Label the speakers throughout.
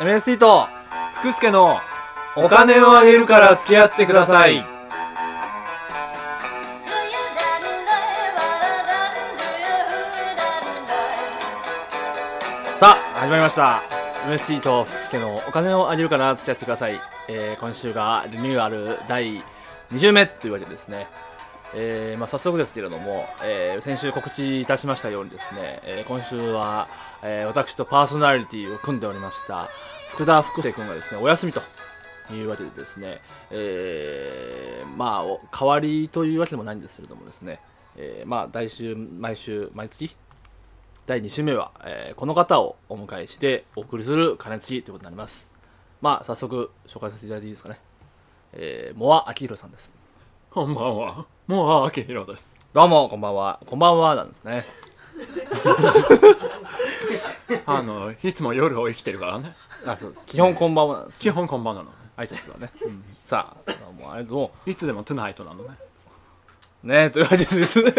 Speaker 1: MST と
Speaker 2: 福助のお金をあげるから付き合ってください。
Speaker 1: さあ始まりました MST と福助のお金をあげるから付き合ってください、えー今週がリニューアル第20目というわけでですね、えーまあ、早速ですけれども、えー先週告知いたしましたようにですね、えー今週は、えー私とパーソナリティを組んでおりました福田福生君がですねお休みというわけでですね、えーまあお代わりというわけでもないんですけれどもですね、えーまあ来週毎週毎月第2週目は、えーこの方をお迎えしてお送りする金継ぎということになりますまあ早速紹介させていただいていいですかねえー、モア・アキヒロさんです
Speaker 2: こんばんは。もう、あけひろです。
Speaker 1: どうもこんばんはこんばんはなんですね
Speaker 2: あの、いつも夜を生きてるからね。
Speaker 1: あそうです基本こんばんはなんです
Speaker 2: 基本こんばんなの。
Speaker 1: 挨拶はね、さあどうもあれど
Speaker 2: いつでもトゥナイトなのね。
Speaker 1: うもねというわけです ね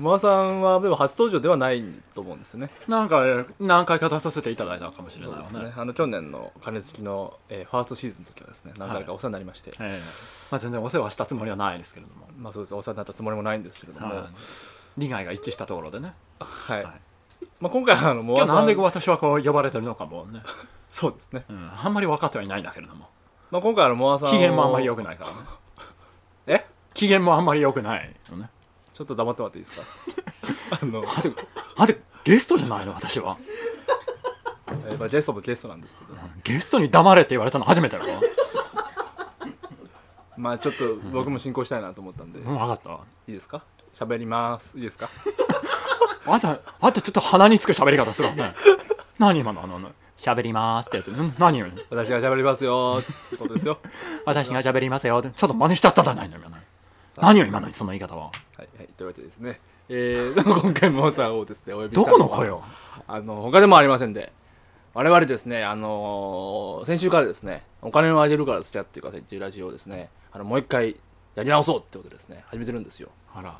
Speaker 1: モアさんはでも初登場ではないと思うんですよね
Speaker 2: なんか、えー何回か出させていただいたのかもしれ
Speaker 1: そう
Speaker 2: ない
Speaker 1: で
Speaker 2: わ
Speaker 1: す
Speaker 2: ね。
Speaker 1: ねあの去年の金付きの、えーファーストシーズンの時はですね何回かお世話になりまして、
Speaker 2: ええまあ全然お世話したつもりはないですけれども。
Speaker 1: まあそうですお世話になったつもりもないんですけれども、
Speaker 2: はい利害が一致したところでね。
Speaker 1: はい、
Speaker 2: はい
Speaker 1: まあ、今回はあのモ
Speaker 2: 今
Speaker 1: ア
Speaker 2: 日
Speaker 1: さ
Speaker 2: なんんで私はこう呼ばれてるのかもね。
Speaker 1: そうですね、
Speaker 2: うん、あんまり分かってはいないんだけれども。
Speaker 1: まあ、今回はあのモアさんを
Speaker 2: 機嫌もあんまり良くないからね。
Speaker 1: え
Speaker 2: 機嫌もあんまり良くないのね。
Speaker 1: ちょっと黙ってもらっていいですか あ の、
Speaker 2: あであでゲストじゃないの私は。
Speaker 1: えーまあ、ゲストもゲストなんですけど、
Speaker 2: ゲストに黙れって言われたの初めてだから。
Speaker 1: まあちょっと僕も進行したいなと思ったんで、
Speaker 2: うん、
Speaker 1: い
Speaker 2: 分かった。
Speaker 1: いですか喋りますいいですか
Speaker 2: あんた、あんたちょっと鼻につく喋り方するわ ね。何今のあの、あの喋りますってやつ。うん何よ。
Speaker 1: 私が喋りますよーってことですよ
Speaker 2: 私が喋りますよって。ちょっと真似しちゃったじゃないのよ。今の何よ今のその言い方は。
Speaker 1: はい、はい、というわけでですねえー、 でも今回モアさんをですねお呼びし
Speaker 2: ど
Speaker 1: た
Speaker 2: この
Speaker 1: は
Speaker 2: 子よ。
Speaker 1: あの他でもありませんで我々ですね、あのー先週からですねお金をあげるから付き合ってくださいっていうラジオをですねあのもう一回やり直そうってことでですね始めてるんですよ
Speaker 2: あら。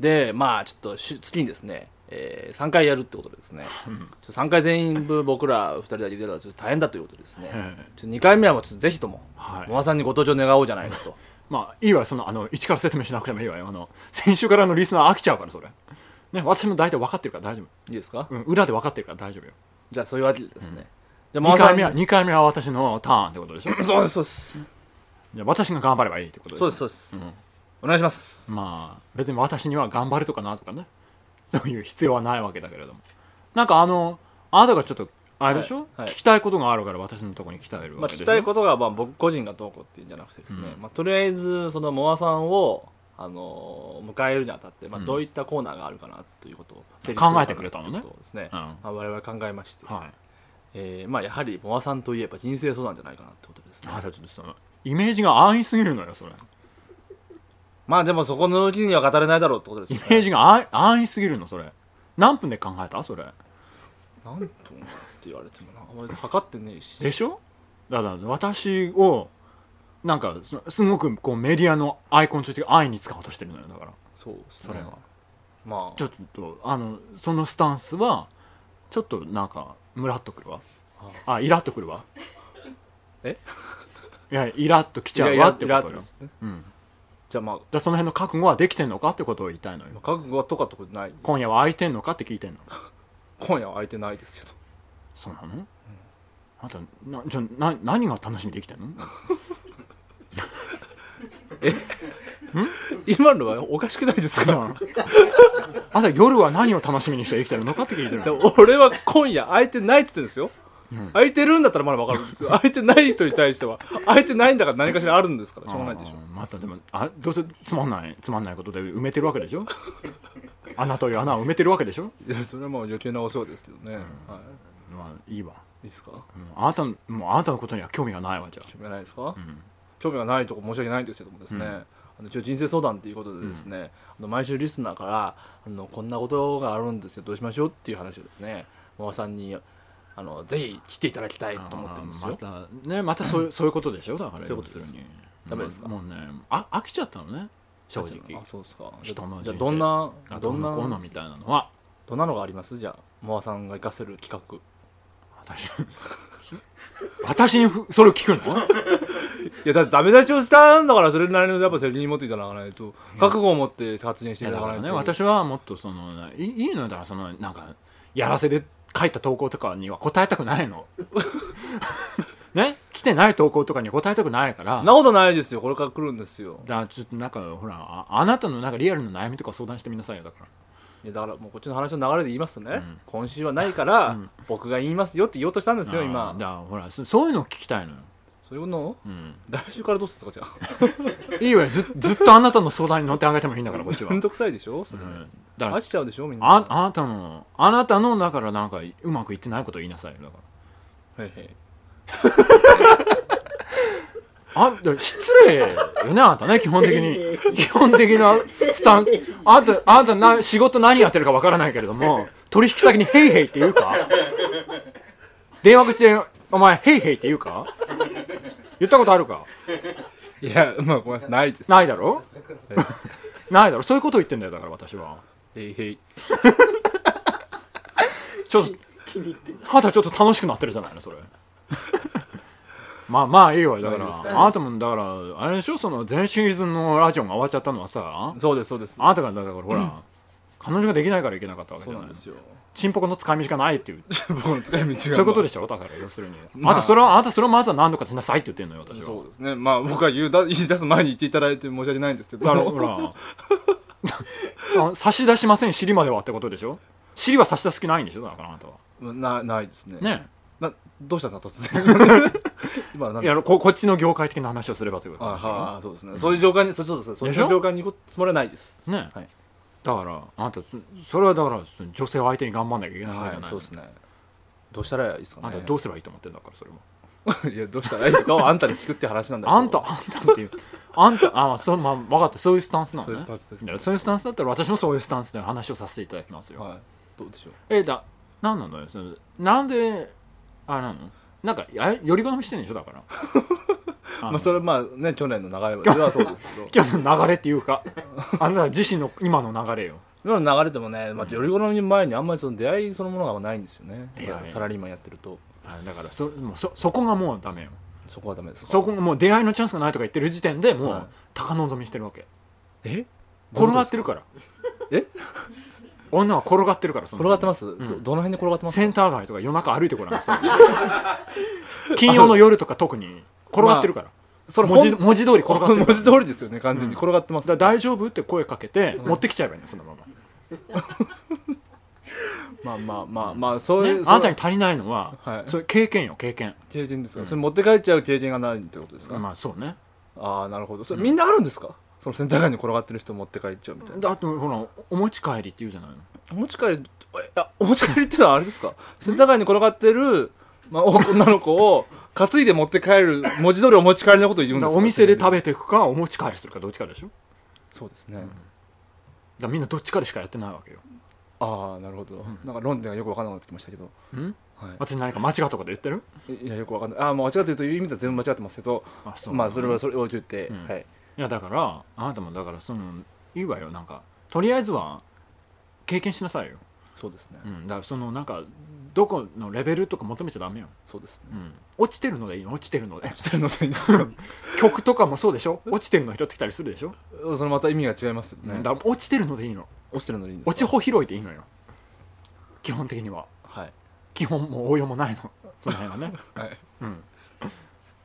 Speaker 1: でまあちょっとし月にですね、え3回やるってことでですね、ちょ3回全部僕ら2人だけ出るのはちょっと大変だということでですね、
Speaker 2: ええ
Speaker 1: ちょ2回目はもうちょっとぜひとも、
Speaker 2: はい
Speaker 1: モアさんにご登場願おうじゃないかと
Speaker 2: まあいいわそのあの一から説明しなくてもいいわよあの先週からのリスナー飽きちゃうからそれね私も大体分かってるから大丈
Speaker 1: いいですか、
Speaker 2: 夫、うん、裏で分かってるから大丈夫よ
Speaker 1: じゃあそういうわけでですね、じゃあモ
Speaker 2: 2
Speaker 1: アさ
Speaker 2: 回
Speaker 1: ん
Speaker 2: 目は2回目は私のターンってことでしょ
Speaker 1: そうですそうです
Speaker 2: じゃあ私が頑張ればいいってことです
Speaker 1: そうですそうです、お願いします
Speaker 2: まあ別に私には頑張るとかなとかねそういう必要はないわけだけれどもなんかあのあなたがちょっとあれでしょ、
Speaker 1: はいはい
Speaker 2: 聞きたいことがあるから私のところに来たいる
Speaker 1: ま
Speaker 2: わ
Speaker 1: あ、
Speaker 2: け
Speaker 1: 聞
Speaker 2: でしょ、
Speaker 1: きたいことがまあ僕個人がどうこうっていうんじゃなくてですね、
Speaker 2: う
Speaker 1: まあ、とりあえずそのモアさんを、あのー迎えるにあたって、まあ、
Speaker 2: うん
Speaker 1: どういったコーナーがあるかなということを整理
Speaker 2: 考えてくれたのね
Speaker 1: しようかなということをですね、
Speaker 2: うん
Speaker 1: まあ、我々考えまして、
Speaker 2: はい
Speaker 1: えーまあ、やはりモアさんといえば人生相談じゃないかなってことですね
Speaker 2: あなたちょっとそのイメージが安易すぎるのよそれ
Speaker 1: まあでもそこのうちには語れないだろうってことです
Speaker 2: イ
Speaker 1: よ
Speaker 2: メ
Speaker 1: ね
Speaker 2: ー ジが安安易すぎるのそれ何分で考えたそれ
Speaker 1: 何分って言われてもなあんまり測ってねえし
Speaker 2: でしょだから私をなんかそすごくこうメディアのアイコンとして安易に使おうとしてるのよだから
Speaker 1: そうですね
Speaker 2: それは
Speaker 1: まあ
Speaker 2: ちょっとあのそのスタンスはちょっとなんかムラっとくるわあイラっとくるわ
Speaker 1: え
Speaker 2: いやイラっときちゃう
Speaker 1: イ
Speaker 2: わ
Speaker 1: ラ
Speaker 2: って
Speaker 1: イ
Speaker 2: こ
Speaker 1: ラ
Speaker 2: と
Speaker 1: イラ
Speaker 2: よ
Speaker 1: ですね
Speaker 2: うん、だか
Speaker 1: じゃあまあ
Speaker 2: らその辺の覚悟はできてんのかってことを言いたいの
Speaker 1: まあ
Speaker 2: よ
Speaker 1: 覚悟はとかってことない
Speaker 2: 今夜は空いてんのかって聞いてんの
Speaker 1: 今夜は空いてないですけど
Speaker 2: そうなの、あんたなじゃあな何が楽しみできてんの
Speaker 1: 今のはおかしくないですか
Speaker 2: じゃああんた夜は何を楽しみにして生きてるのかって聞いてるの
Speaker 1: でも俺は今夜空いてないって言ってるんですよ、空いてるんだったらまだ分かるん ですよ空いてない人に対しては空いてないんだから何かしらあるんですからしょうがないでしょ
Speaker 2: あーまたでもあどうせつまんないつまんないことで埋めてるわけで しょ穴という穴を埋めてるわけでしょ
Speaker 1: いやそれはもう余計なお世話ですけどね、はい
Speaker 2: まあいいわ、
Speaker 1: いいですか
Speaker 2: うんあなたのもうあなたのことには興味がないわじゃあ
Speaker 1: 興味がないですか、
Speaker 2: ん
Speaker 1: 興味がないとこ申し訳ないんですけどもですね、
Speaker 2: うん
Speaker 1: あの一応人生相談ということでですね、あの毎週リスナーからあのこんなことがあるんですけどどうしましょうっていう話をですね馬場さんにあのぜひ来ていただきたいと思ってるんですよ、
Speaker 2: あーまたねまた そういうそういうことでしょだか
Speaker 1: そ
Speaker 2: ら
Speaker 1: ういうことです
Speaker 2: 要るに
Speaker 1: ダメですか
Speaker 2: もうもうねあ飽きちゃったのね正直
Speaker 1: あそうですか
Speaker 2: 人の
Speaker 1: じ
Speaker 2: 人生
Speaker 1: ゃあどんな
Speaker 2: あ
Speaker 1: ど
Speaker 2: ど
Speaker 1: ん
Speaker 2: ん
Speaker 1: な
Speaker 2: なこうのみたいなのは
Speaker 1: どんなのがありますじゃあモアさんが活かせる企画
Speaker 2: あ私 私にふそれを聞くの
Speaker 1: いやだってダメ出しをしたんだからそれなりのやっぱ責任持っていただかないと覚悟を持って発言してい
Speaker 2: だ
Speaker 1: ただ
Speaker 2: か
Speaker 1: からない
Speaker 2: ね
Speaker 1: と
Speaker 2: 私はもっとそのいいいのよだからそのなんかやらせで書いた投稿とかには答えたくな いのね来てない投稿とかには答えたくないから
Speaker 1: なことないですよこれから来るんですよ
Speaker 2: だからちょっとなんかほらああなたのなんかリアルな悩みとか相談してみなさいよだから
Speaker 1: いやだからもうこっちの話の流れで言いますとね、
Speaker 2: うん
Speaker 1: 今週はないから、
Speaker 2: うん
Speaker 1: 僕が言いますよって言おうとしたんですよ
Speaker 2: あ
Speaker 1: 今
Speaker 2: ーだからほらそそういうのを聞きたいのよ、
Speaker 1: そういうのを
Speaker 2: うん、
Speaker 1: 来週からどうするんですかじゃ
Speaker 2: いいわよずずっと あなたの相談に乗ってあげてもいいんだからこっち
Speaker 1: あ
Speaker 2: は、
Speaker 1: め
Speaker 2: うんん、
Speaker 1: どくさいでしょそれ、
Speaker 2: だか
Speaker 1: 飽
Speaker 2: ら
Speaker 1: きちゃうでしょみんな
Speaker 2: ああなたのあなたのだからなんかうまくいってないことを言いなさいよだか
Speaker 1: はいはい
Speaker 2: らあだから失礼よねあなたね基本的に基本的なスタンスあなたあなたな仕事何やってるかわからないけれども取引先に「ヘイヘイ」って言うか電話口で「お前ヘイヘイ」って言うか言ったことあるか
Speaker 1: いやまあごめんなさいないです
Speaker 2: ないだ
Speaker 1: は
Speaker 2: ろないだろそういうこと言ってんだよだから私は
Speaker 1: へいへい
Speaker 2: ちょっと肌ちょっと楽しくなってるじゃないのそれまあまあいいわだから
Speaker 1: まあいい
Speaker 2: あなたもだからあれでしょその前シーズンのラジオが終わっちゃったのはさ
Speaker 1: そうですそうです
Speaker 2: あなたがだからほら、彼女ができないからいけなかったわけ
Speaker 1: そ
Speaker 2: じ
Speaker 1: う
Speaker 2: ゃ
Speaker 1: な
Speaker 2: ない
Speaker 1: んですよ
Speaker 2: チンポコの使い道がないっていう
Speaker 1: 僕の使い道が
Speaker 2: そういうことで
Speaker 1: し
Speaker 2: しょだから要するに、
Speaker 1: まあ
Speaker 2: あ、なたそれはあなたそれをまずは何度かしなさいって言ってんのよ私は
Speaker 1: そうですねまあ僕は言うだ言い出す前に言っていただいて申し訳ないんですけど
Speaker 2: だから ほらあ差し出しません尻まではってことでしょ尻は差し出す気ないんでしょだからあなたは
Speaker 1: なないですね
Speaker 2: ね
Speaker 1: などうしたんですか突 然今何
Speaker 2: い
Speaker 1: です
Speaker 2: や
Speaker 1: か
Speaker 2: ここっちの業界的な話をすればということ
Speaker 1: あ
Speaker 2: でしょ
Speaker 1: はいそうですね、そういう業界にそうそうですそう
Speaker 2: で
Speaker 1: いう
Speaker 2: しょ
Speaker 1: 業界に行くつもりはないです
Speaker 2: ね、
Speaker 1: はい
Speaker 2: だからあんたそそれはだからその女性を相手に頑張んなきゃいけないわけじゃない、
Speaker 1: そうですねどうしたらいいですか
Speaker 2: あん
Speaker 1: ね
Speaker 2: たどうすればいいと思ってんだからそれも
Speaker 1: いやどうしたらいいかをあんたに聞くって話なんだけど
Speaker 2: あんたあんたっていうあんたあそうまあ分かったそういうスタンスなの
Speaker 1: そうい
Speaker 2: ね
Speaker 1: うスタンスです
Speaker 2: いやそういうスタンスだったら私もそういうスタンスで話をさせていただきますよ、
Speaker 1: はいどうでしょう
Speaker 2: えだなんなのよそのなんであれなのなんかあれより好みしてんでしょ だからあの
Speaker 1: まあそれはまあね去年の流れはそうですけ ど
Speaker 2: 今日の流れっていうかあなた自身の今の流れよ
Speaker 1: 今の流れでもね、まあ、より好み前にあんまりその出会いそのものがないんですよね
Speaker 2: 出会い
Speaker 1: サラリーマンやってると
Speaker 2: あだからそもうそそこがもうダメよ
Speaker 1: そこはダメです
Speaker 2: そこもう出会いのチャンスがないとか言ってる時点でも
Speaker 1: はいう
Speaker 2: 高望みしてるわけ
Speaker 1: え
Speaker 2: 転がってるから
Speaker 1: え
Speaker 2: 女は転がってるからその
Speaker 1: 転がってます、
Speaker 2: ん
Speaker 1: どどの辺で転がってます
Speaker 2: センター街とか夜中歩いてごらんなさ い金曜の夜とか特に転がってるから、
Speaker 1: それ
Speaker 2: 文字
Speaker 1: ほん
Speaker 2: 文字通り転がってる
Speaker 1: 文
Speaker 2: から
Speaker 1: 字通りですよね完全に
Speaker 2: うん
Speaker 1: 転がってます、
Speaker 2: だから大丈夫って声かけて持ってきちゃえばいいのそのまま、
Speaker 1: まあまあまあまあそういう、
Speaker 2: ね
Speaker 1: そ
Speaker 2: あ
Speaker 1: う
Speaker 2: なたに足りないのは、
Speaker 1: はい
Speaker 2: それ経験よ経験
Speaker 1: 経験ですか、
Speaker 2: うん
Speaker 1: それ持って帰っちゃう経験がないってことですか、
Speaker 2: まあそうね
Speaker 1: ああなるほどそれみんなあるんですか、そのセンター街に転がってる人持って帰っちゃうみたいな
Speaker 2: だってほらお持ち帰りって言うじゃないの
Speaker 1: お持ち帰りえあお持ち帰りってのはあれですかセンター街に転がってる、まあ、女の子を担いで持って帰る文字通りお持ち帰りのことを言うん
Speaker 2: だ
Speaker 1: です
Speaker 2: から
Speaker 1: か
Speaker 2: お店で食べていくかお持ち帰りするかどっちかでしょだか
Speaker 1: そうですね、
Speaker 2: らみんなどっちかでしかやってないわけよ
Speaker 1: ああなるほど、なんか論点がよく分からなくなってきましたけど、
Speaker 2: ん
Speaker 1: は
Speaker 2: 私何か間違ったこと言ってる
Speaker 1: い、いやよく分かんないああもう間違ってるという意味では全部間違ってますけど
Speaker 2: あそ
Speaker 1: まあそれはそれを言って、
Speaker 2: うん
Speaker 1: はい
Speaker 2: いやだからあなたもだからそのいいわよなんかとりあえずは経験しなさいよ、
Speaker 1: そうですね、
Speaker 2: うん、だからそのなんかどこのレベルとか求めちゃダメよ、
Speaker 1: そうですね
Speaker 2: うん、落ちてるのでいいの落ちてるので
Speaker 1: それのせいにする
Speaker 2: 曲とかもそうでしょ落ちてるの拾ってきたりするでしょ、
Speaker 1: そのまた意味が違いますよ
Speaker 2: うん
Speaker 1: ね
Speaker 2: だから落ちてるのでいいの
Speaker 1: 落ちてるのでいいんですか
Speaker 2: 落ち穂拾いでいいのよ基本的には
Speaker 1: はい
Speaker 2: 基本もう応用もないのその辺は ね
Speaker 1: はい
Speaker 2: うん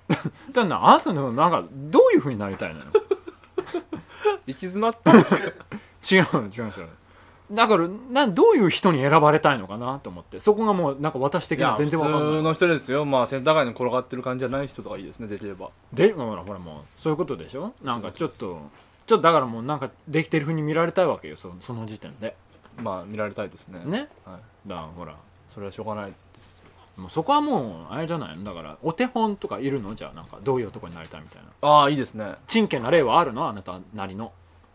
Speaker 2: だからなあなたのなんかどういうふうになりたいのよ
Speaker 1: 行き詰まったんですか
Speaker 2: 違うの違う違うだからなどういう人に選ばれたいのかなと思ってそこがもうなんか私的
Speaker 1: い
Speaker 2: には
Speaker 1: や
Speaker 2: 全然わか
Speaker 1: 普通
Speaker 2: んない
Speaker 1: の人ですよまあセンター街に転がってる感じじゃない人とかいいですねできれば
Speaker 2: でほらほらもうそういうことでしょなんかちょっとちょっとだからもうなんかできてるふうに見られたいわけよそその時点で
Speaker 1: まあ見られたいですね
Speaker 2: ね
Speaker 1: はい、
Speaker 2: だからほら
Speaker 1: それはしょうがないですよ
Speaker 2: もうそこはもうあれじゃないのだからお手本とかいるのじゃあなんかどういう男になりたいみたいな
Speaker 1: ああいいですね
Speaker 2: 陳家な例はあるのあなたなりの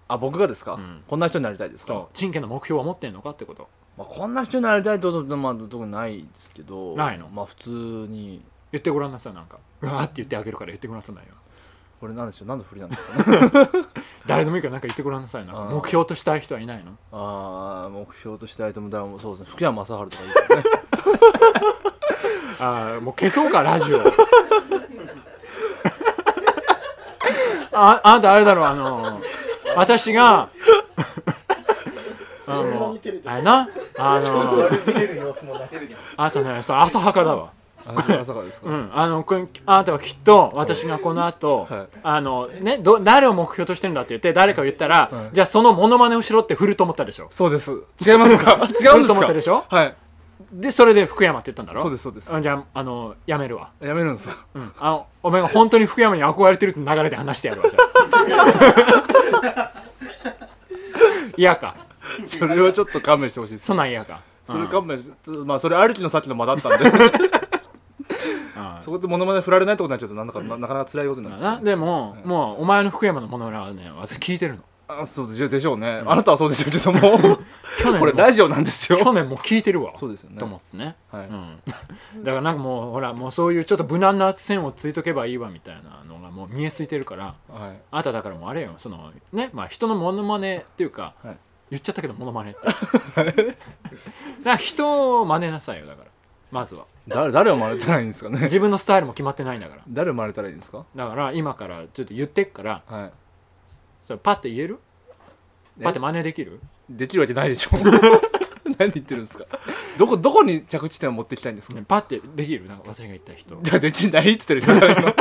Speaker 1: あ僕がですか、
Speaker 2: うん
Speaker 1: こんな人になりたいですか、
Speaker 2: 陳家の目標は持ってんのかってこと
Speaker 1: まあ、こんな人になりたいってことはまあ特にないですけど
Speaker 2: ないの
Speaker 1: まあ普通に
Speaker 2: 言ってごらんなさいなんかうわーって言ってあげるから言ってごらんなさいよ
Speaker 1: これなんでしょう何の振りなんですかね
Speaker 2: 誰でもいいからなんか言ってごらんなさいなんか
Speaker 1: あー
Speaker 2: 目標としたい人はいないの
Speaker 1: ああ目標としたいともだからもうそうですね福山雅治とかいいですね
Speaker 2: ああーもう消そうかラジオああなたあれだろあの私 があ
Speaker 3: そんな
Speaker 2: の
Speaker 3: 見てる
Speaker 2: あれなあの
Speaker 3: 悪びれる様子もなく
Speaker 2: あとねそう浅はかだわ
Speaker 1: 朝からですか、
Speaker 2: うん、あのこれあなたはきっと私がこの後、
Speaker 1: はい
Speaker 2: あのねど誰を目標としてるんだって言って誰かが言ったら、
Speaker 1: はい
Speaker 2: じゃあそのモノマネをしろって振ると思ったでしょ
Speaker 1: そうです違いますか違うんですか
Speaker 2: と思ったでしょ
Speaker 1: はい
Speaker 2: でそれで福山って言ったんだろ
Speaker 1: そうですそうです
Speaker 2: あじゃああのやめるわ、
Speaker 1: やめるんですか
Speaker 2: うん、あのお前が本当に福山に憧れてるって流れで話してやるわじゃ あ嫌か
Speaker 1: それはちょっと勘弁してほしいです
Speaker 2: そんなん嫌か
Speaker 1: それ
Speaker 2: か、
Speaker 1: 勘弁し、まあそれありきのさっきの間だったん で
Speaker 2: うん
Speaker 1: そこでモノマネ振られないってことになっちゃうとなんだかななかなか辛いことになっちゃ
Speaker 2: な
Speaker 1: う
Speaker 2: でも、もうお前の福山のモノマネはね私聞いてるの
Speaker 1: あそうでしょでしょうね、あなたはそうでしょうけど も
Speaker 2: 去年
Speaker 1: これ
Speaker 2: も
Speaker 1: ラジオなんですよ
Speaker 2: 去年も聞いてるわ
Speaker 1: そうですよね
Speaker 2: と思ってね
Speaker 1: はい
Speaker 2: うん、だからなんかもうほらもうそういうちょっと無難な線をついとけばいいわみたいなのがもう見えすいてるから
Speaker 1: はい
Speaker 2: あなただからもうあれよそのねまあ人のモノマネっていうか、
Speaker 1: はい
Speaker 2: 言っちゃったけどモノマネって だから人を真似なさいよだからまずは
Speaker 1: 誰誰を真似たらいいんですかね
Speaker 2: 自分のスタイルも決まってないんだから
Speaker 1: 誰を真似たらいいんですか
Speaker 2: だから今からちょっと言ってっから
Speaker 1: はい
Speaker 2: それパッて言える
Speaker 1: え
Speaker 2: パッて真似できる
Speaker 1: できるわけないでしょ 何言ってるんですかどこどこに着地点を持っていきたいんですか、
Speaker 2: ねパッてできるなんか私が言った人い
Speaker 1: じゃあできないっつってる じゃん誰も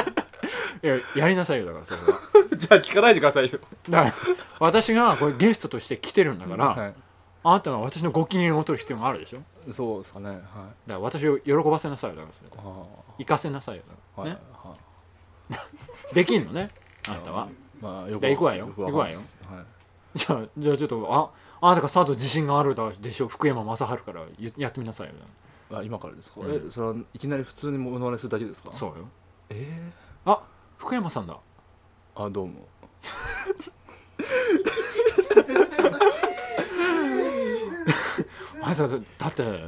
Speaker 2: ややりなさいよだからそれは
Speaker 1: じゃあ聞かないでくださいよ
Speaker 2: だから私がこれゲストとして来てるんだから、
Speaker 1: は
Speaker 2: あなたは私のご機嫌を取る必要があるでしょだか
Speaker 1: い、そうですかねはい
Speaker 2: ら私を喜ばせなさいよだからそれで
Speaker 1: あ
Speaker 2: 行かせなさいよだか
Speaker 1: ー
Speaker 2: ら、
Speaker 1: はい、
Speaker 2: ね
Speaker 1: はい
Speaker 2: できんのねあなたは
Speaker 1: まあよ
Speaker 2: じゃあ行くわよ
Speaker 1: くかんない
Speaker 2: 行
Speaker 1: ですはい
Speaker 2: じゃあじゃあちょっとああなたが佐藤自信があるでしょ福山雅治からややってみなさいよ
Speaker 1: あ今からですか、
Speaker 2: うん
Speaker 1: えそれはいきなり普通にモノマネするだけですか
Speaker 2: そうよ
Speaker 1: え
Speaker 2: あ福山さんだ
Speaker 1: えあどうも
Speaker 2: あなただって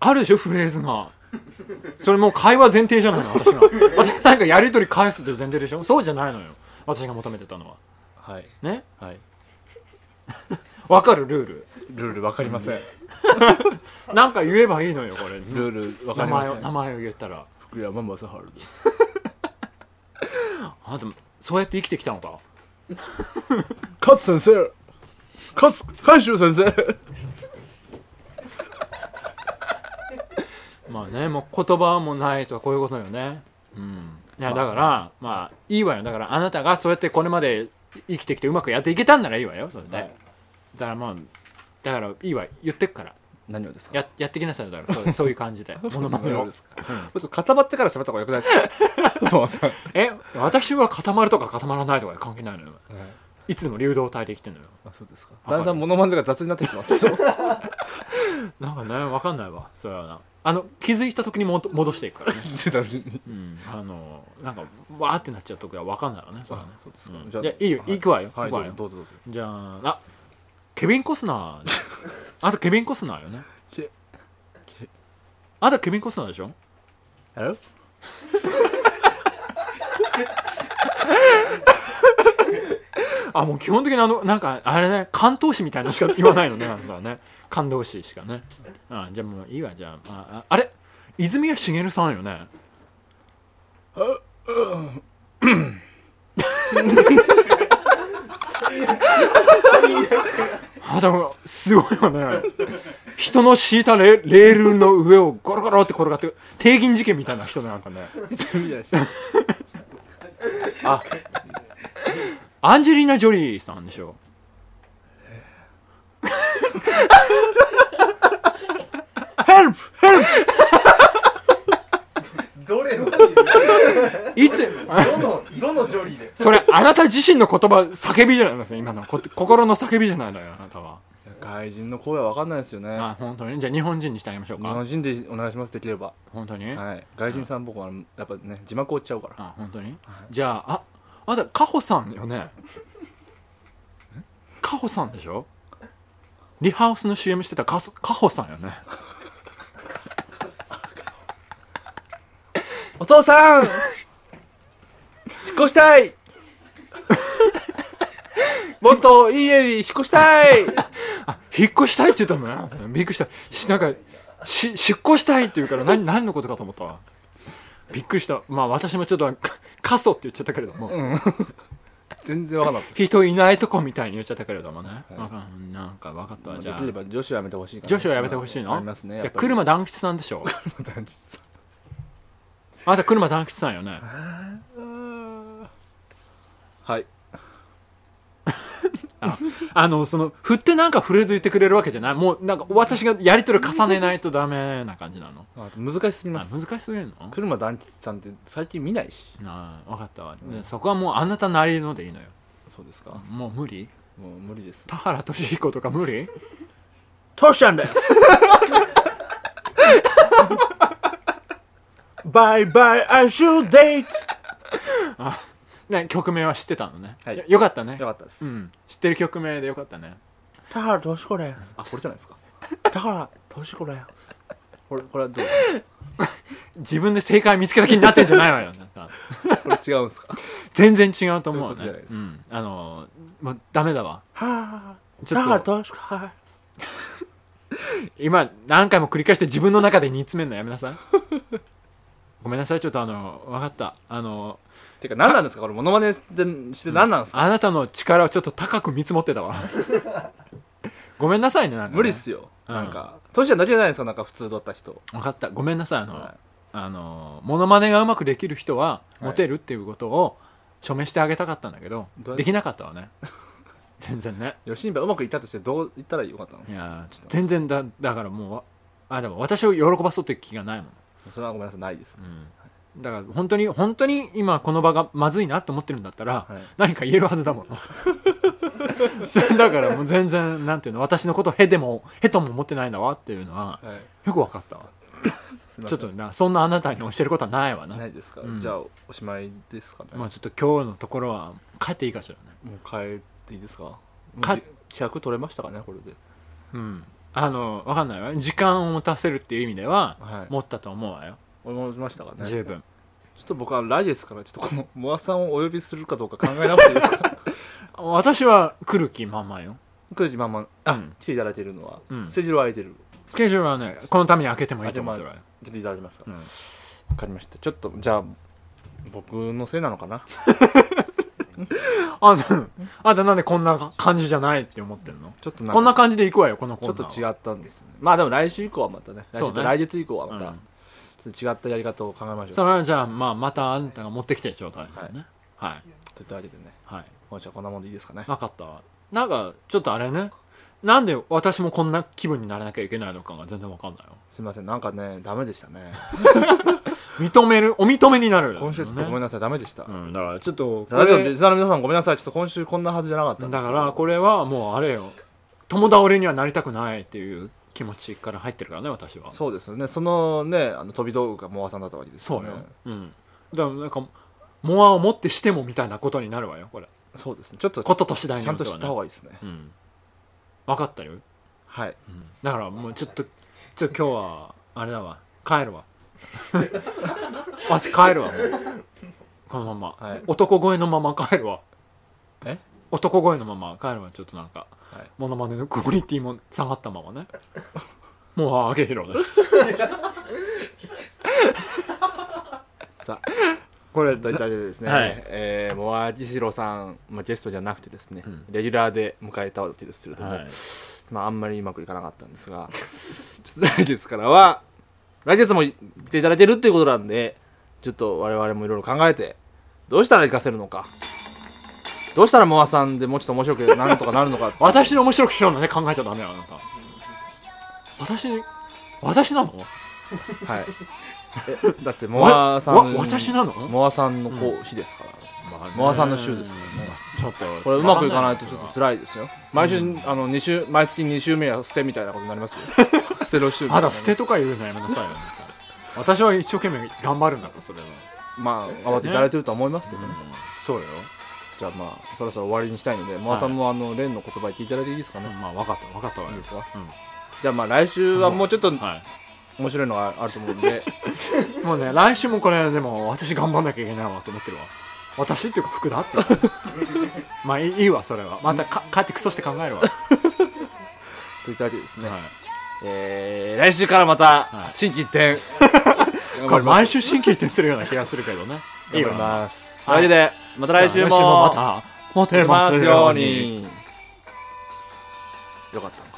Speaker 2: あるでしょフレーズがそれもう会話前提じゃないの私が私なんかやり取り返すという前提でしょそうじゃないのよ私が求めてたのは
Speaker 1: はい
Speaker 2: ね
Speaker 1: はい
Speaker 2: わかるルール
Speaker 1: ルールわかりません、
Speaker 2: なんか言えばいいのよこれ
Speaker 1: ルールわか
Speaker 2: 名
Speaker 1: りま
Speaker 2: 前
Speaker 1: せ
Speaker 2: を
Speaker 1: ん
Speaker 2: 名前を言ったら
Speaker 1: 福山雅治です
Speaker 2: あなたそうやって生きてきたのか
Speaker 1: 勝先生勝海舟先生
Speaker 2: まあねもう言葉もないとはこういうことよねうんいやだからまあいいわよだからあなたがそうやってこれまで生きてきてうまくやっていけたんならいいわよそれで、
Speaker 1: はい
Speaker 2: だからまあだからいいわ言ってっから
Speaker 1: 何をですか
Speaker 2: ややってきなさいよだからそうそういう感じ でモノマネ
Speaker 1: 何を
Speaker 2: を
Speaker 1: ですか、ちょっと固まってから喋った方がよくない ですかもうさ
Speaker 2: え私は固まるとか固まらないとか関係ないのよいつでも流動体で生きてんのよ
Speaker 1: あそうですか
Speaker 2: わかる
Speaker 1: だんだんモノマネが雑になってきてます
Speaker 2: なんかねわかんないわそれはなあの気づいた時にもと戻していくか らねうん、あのなんかわーってなっちゃうときは分かんないのねそれはね
Speaker 1: あそうですか
Speaker 2: ん
Speaker 1: じゃあ
Speaker 2: いやいいよ、
Speaker 1: はい
Speaker 2: 行くわよ、
Speaker 1: はい
Speaker 2: 行く
Speaker 1: ど
Speaker 2: わ
Speaker 1: う
Speaker 2: よ
Speaker 1: ぞどうぞどうぞ
Speaker 2: じゃああケビン・コスナーあとケビン・コスナーよね
Speaker 1: けけ
Speaker 2: あとケビン・コスナーでしょ
Speaker 1: あ れ
Speaker 2: あもう基本的にあのなんかあれね関東市みたいなのしか言わないのねなんかね関東市しかねあじゃあもういいわじゃああああれ泉谷しげるさんよね あでもすごいよね人の敷いたレレールの上をゴロゴロって転がって定銀事件みたいな人ねなんかね
Speaker 1: あ
Speaker 2: アンジェリーナ・ジョリーさんでしょ ヘルプ
Speaker 3: どれのジョリ
Speaker 2: いつ
Speaker 3: ーどのどのジョリーで
Speaker 2: それあなた自身の言葉叫びじゃないですか今のこ心の叫びじゃないのよあなたは
Speaker 1: 外人の声は分かんないですよね
Speaker 2: あ本当にじゃあ日本人にしてあげましょう
Speaker 1: 日本
Speaker 2: か
Speaker 1: 人でお願いしますできれば
Speaker 2: 本当に、
Speaker 1: はい外人さん僕はやっぱね字幕追っちゃうから
Speaker 2: あ本当に、じゃあああなたカホさんよねカホさんでしょリハウスの CM してたカスカホさんよね
Speaker 1: お父 さん引っ越した いもっといい家に引っ越したい
Speaker 2: 引っ越したいって言ったのねびっくりしたしなんかし出向したいって言うから何何のことかと思ったわびっくりしたまあ私もちょっとか過疎って言っちゃったけれども、
Speaker 1: うん。 全然わかんなかっ
Speaker 2: 人いないとこみたいに言っちゃったけれどもね、わかんなんか分かった
Speaker 1: た。
Speaker 2: わ
Speaker 1: まあ
Speaker 2: じゃ
Speaker 1: できれ
Speaker 2: あ
Speaker 1: ば女子はやめてほしいかな
Speaker 2: 女子はやめてほしいの
Speaker 1: ありますね。
Speaker 2: じ
Speaker 1: や
Speaker 2: ゃ
Speaker 1: っぱ
Speaker 2: あ
Speaker 1: り
Speaker 2: 車団吉さんでしょ
Speaker 1: 団地さん
Speaker 2: あなた車団吉さんよね
Speaker 1: はい。
Speaker 2: あのその振ってなんかフレーズ言ってくれるわけじゃないもうなんか私がやり取り重ねないとダメな感じなの
Speaker 1: あ難しすぎま
Speaker 2: あ
Speaker 1: す。
Speaker 2: 難しすぎるの
Speaker 1: 車団地さんって最近見ないし。
Speaker 2: なあ分かったわ、
Speaker 1: うん
Speaker 2: そこはもうあなたなりのでいいのよ
Speaker 1: そうですか。
Speaker 2: もう無理
Speaker 1: もう無理です。
Speaker 2: 田原俊彦とか無理
Speaker 1: トシャンですバイバイ、I should date!
Speaker 2: ね曲名は知ってたのね、
Speaker 1: はい
Speaker 2: よよかったね
Speaker 1: よかったです。
Speaker 2: うん、知ってる曲名でよかったね
Speaker 1: 田原俊子です。あ、これじゃないですか。田原俊子です。これ、これはどうで
Speaker 2: 自分で正解見つけた気になってんじゃないわよなんか
Speaker 1: すかこれ違うんですか
Speaker 2: 全然違うと思う
Speaker 1: そうい
Speaker 2: ね
Speaker 1: うことじ
Speaker 2: う
Speaker 1: ゃなん
Speaker 2: あのもうダメだわち
Speaker 1: 田
Speaker 2: ょ
Speaker 1: 原
Speaker 2: っと
Speaker 1: 俊子です。
Speaker 2: 今何回も繰り返して自分の中で煮詰めるのやめ なさいごめんなさいちょっとあの分かったあの
Speaker 1: てか何なんですかこれモノマネしてして何なんですか、
Speaker 2: あなたの力をちょっと高く見積もって たわごめんなさいねなんかね
Speaker 1: 無理っすよ。
Speaker 2: うん
Speaker 1: なんか、トシちゃんだけじゃないですかなんか普通だった人。
Speaker 2: 分かったごめんなさいあの、
Speaker 1: はい
Speaker 2: あのモノマネがうまくできる人は
Speaker 1: はい
Speaker 2: モテるっていうことを署名してあげたかったんだけど、
Speaker 1: どうやって
Speaker 2: できなかったわ ね全然ね
Speaker 1: 吉信はうまくいったとしてどういったらよかったの
Speaker 2: いやーちょっと全然だだからもうわあでも私を喜ばそうって気がないもん、
Speaker 1: それはごめんなさい、ないです。
Speaker 2: うん、だから本当に本当に今この場がまずいなと思ってるんだったら、
Speaker 1: はい
Speaker 2: 何か言えるはずだもんそれ だからもう全然なんていうの私のことへでもへとも思ってないんだわっていうのは
Speaker 1: はい。
Speaker 2: よく分かったわ
Speaker 1: すいま
Speaker 2: ち
Speaker 1: せ
Speaker 2: ょ
Speaker 1: ん
Speaker 2: っとなそんなあなたに教えることはないわな
Speaker 1: ないですか、
Speaker 2: うん
Speaker 1: じゃあおしまいですかね、
Speaker 2: まあちょっと今日のところは帰っていいかしらね
Speaker 1: もう帰っていいですか
Speaker 2: か
Speaker 1: 客取れましたかねこれで
Speaker 2: うんあの分かんないわ時間を持たせるっていう意味では、
Speaker 1: はい
Speaker 2: 持ったと思うわよ
Speaker 1: 思いましたかねちょ
Speaker 2: 十分
Speaker 1: っと僕は来ですからちょっとこのモアさんをお呼びするかどうか考えなくていいです か
Speaker 2: 私は来る気まんまよ
Speaker 1: 9時まんまあ、
Speaker 2: うん
Speaker 1: 来ていただいてるのは、
Speaker 2: うん
Speaker 1: スケジュールは空いてる
Speaker 2: スケジュールはねこのために開けてもい
Speaker 1: 空
Speaker 2: い
Speaker 1: い
Speaker 2: と
Speaker 1: てま
Speaker 2: 思って
Speaker 1: す
Speaker 2: るわよ、
Speaker 1: 来ていただきますか
Speaker 2: うん
Speaker 1: わかりましたちょっとじゃあ僕のせいなのかな
Speaker 2: あそうあんたなんでこんな感じじゃないって思ってるの
Speaker 1: ちょっとなんか
Speaker 2: こんな感じで行くわよこのコー
Speaker 1: ちょ
Speaker 2: ナ
Speaker 1: っ
Speaker 2: ー
Speaker 1: と違
Speaker 2: う
Speaker 1: ったんですよねまあでも来週以降はまたね来週
Speaker 2: そうね
Speaker 1: 来月以降はまた、
Speaker 2: うん
Speaker 1: ちょっと違ったやり方を考えましょ
Speaker 2: そうれはじゃあ、まあ、またあんたが持ってきてちょうだいねはい
Speaker 1: といったわけでね
Speaker 2: はい
Speaker 1: 本日はこんなもんでいいですかね
Speaker 2: 分かったわなんかちょっとあれねなんで私もこんな気分にならなきゃいけないのかが全然分かんないよ
Speaker 1: すいませんなんかねダメでしたね
Speaker 2: 認めるお認めになる、
Speaker 1: 今週ちょっとごめん
Speaker 2: な
Speaker 1: なさいダメでした、
Speaker 2: うん、だからちょっとこ
Speaker 1: ラジオの
Speaker 2: れ
Speaker 1: リスナーの皆さんごめんなさいちょっと今週こんなはずじゃなかったんで
Speaker 2: だ
Speaker 1: す
Speaker 2: か
Speaker 1: よ
Speaker 2: らこれはもうあれよ友倒れにはなりたくないっていう気持ちから入ってるからね私は
Speaker 1: そうですよねそのねあの飛び道具がモアさんだったわけですよ
Speaker 2: そう
Speaker 1: ね
Speaker 2: よ、うんだからなんかモアをもってしてもみたいなことになるわよこれ
Speaker 1: そうですねちょっと
Speaker 2: ことと次第に
Speaker 1: ちゃ
Speaker 2: よ
Speaker 1: ん
Speaker 2: って
Speaker 1: と
Speaker 2: はね
Speaker 1: した方がいいですね
Speaker 2: うん分かったよ、
Speaker 1: はい
Speaker 2: うんだからもうちょっとちょっと今日はあれだわ 帰るわ私帰るわもうこのまま、
Speaker 1: はい
Speaker 2: 男声のまま帰るわ
Speaker 1: え
Speaker 2: 男声のまま帰るわちょっとなんか
Speaker 1: はい
Speaker 2: モノマネのクオリティも下がったま まねもうあげひろです
Speaker 1: さあこれ大体ですね、
Speaker 2: はい
Speaker 1: えー、モアジシロさん、まあ、ゲストじゃなくてですね、
Speaker 2: うん
Speaker 1: レギュラーで迎えたわけですけれども、まあ、あんまりうまくいかなかったんですが ちょっと来月からは来月も来ていただいてるっていうことなんでちょっと我々もいろいろ考えてどうしたら活かせるのかどうしたらモアさんでもうちょっと面白くなるとかなるのか
Speaker 2: 私の面白くしようのね考えちゃダメよあなた私私なの
Speaker 1: はいえだってモアさん
Speaker 2: わわ私なの
Speaker 1: モアさんのこう日ですから、
Speaker 2: モ
Speaker 1: モアさんの週ですからね
Speaker 2: ちょっと
Speaker 1: これうまくいかないとちょっと
Speaker 2: と
Speaker 1: 辛いですよ毎週、あの二週毎月2週目は捨てみたいなことになりますよ 捨ての週みた
Speaker 2: ま
Speaker 1: いな
Speaker 2: だ捨てとか言うのやめなさいよ私は一生懸命頑張るんだからそれは、
Speaker 1: まあ慌てていただいてるとは思いますけどね、
Speaker 2: そうよ、
Speaker 1: じゃあまあそろそろ終わりにしたいのでモアさんもあのレンの言葉言っていただいていいですかね、
Speaker 2: まあ分かった分かったわ
Speaker 1: いい
Speaker 2: よ
Speaker 1: ですか
Speaker 2: う
Speaker 1: じゃあまあ来週はもうちょっと
Speaker 2: んは
Speaker 1: 面白いのがあると思うんで、
Speaker 2: い、もうね来週もこれでも私頑張んなきゃいけないわと思ってるわ私っていうか福田って いうかまあいいいいわそれはまたか帰ってクソして考えるわ、は
Speaker 1: といったわけですね。
Speaker 2: い、
Speaker 1: えー来週からまた
Speaker 2: い
Speaker 1: 新規一 転、
Speaker 2: これ毎週新規転するような気がするけどね。い
Speaker 1: 頑張
Speaker 2: いよ
Speaker 1: り
Speaker 2: な。
Speaker 1: ますという
Speaker 2: は
Speaker 1: わ
Speaker 2: い
Speaker 1: けでまた来週も
Speaker 2: また、モテ
Speaker 1: 出
Speaker 2: ま
Speaker 1: ますす
Speaker 2: よ
Speaker 1: よ
Speaker 2: う
Speaker 1: う
Speaker 2: に。
Speaker 1: によかったね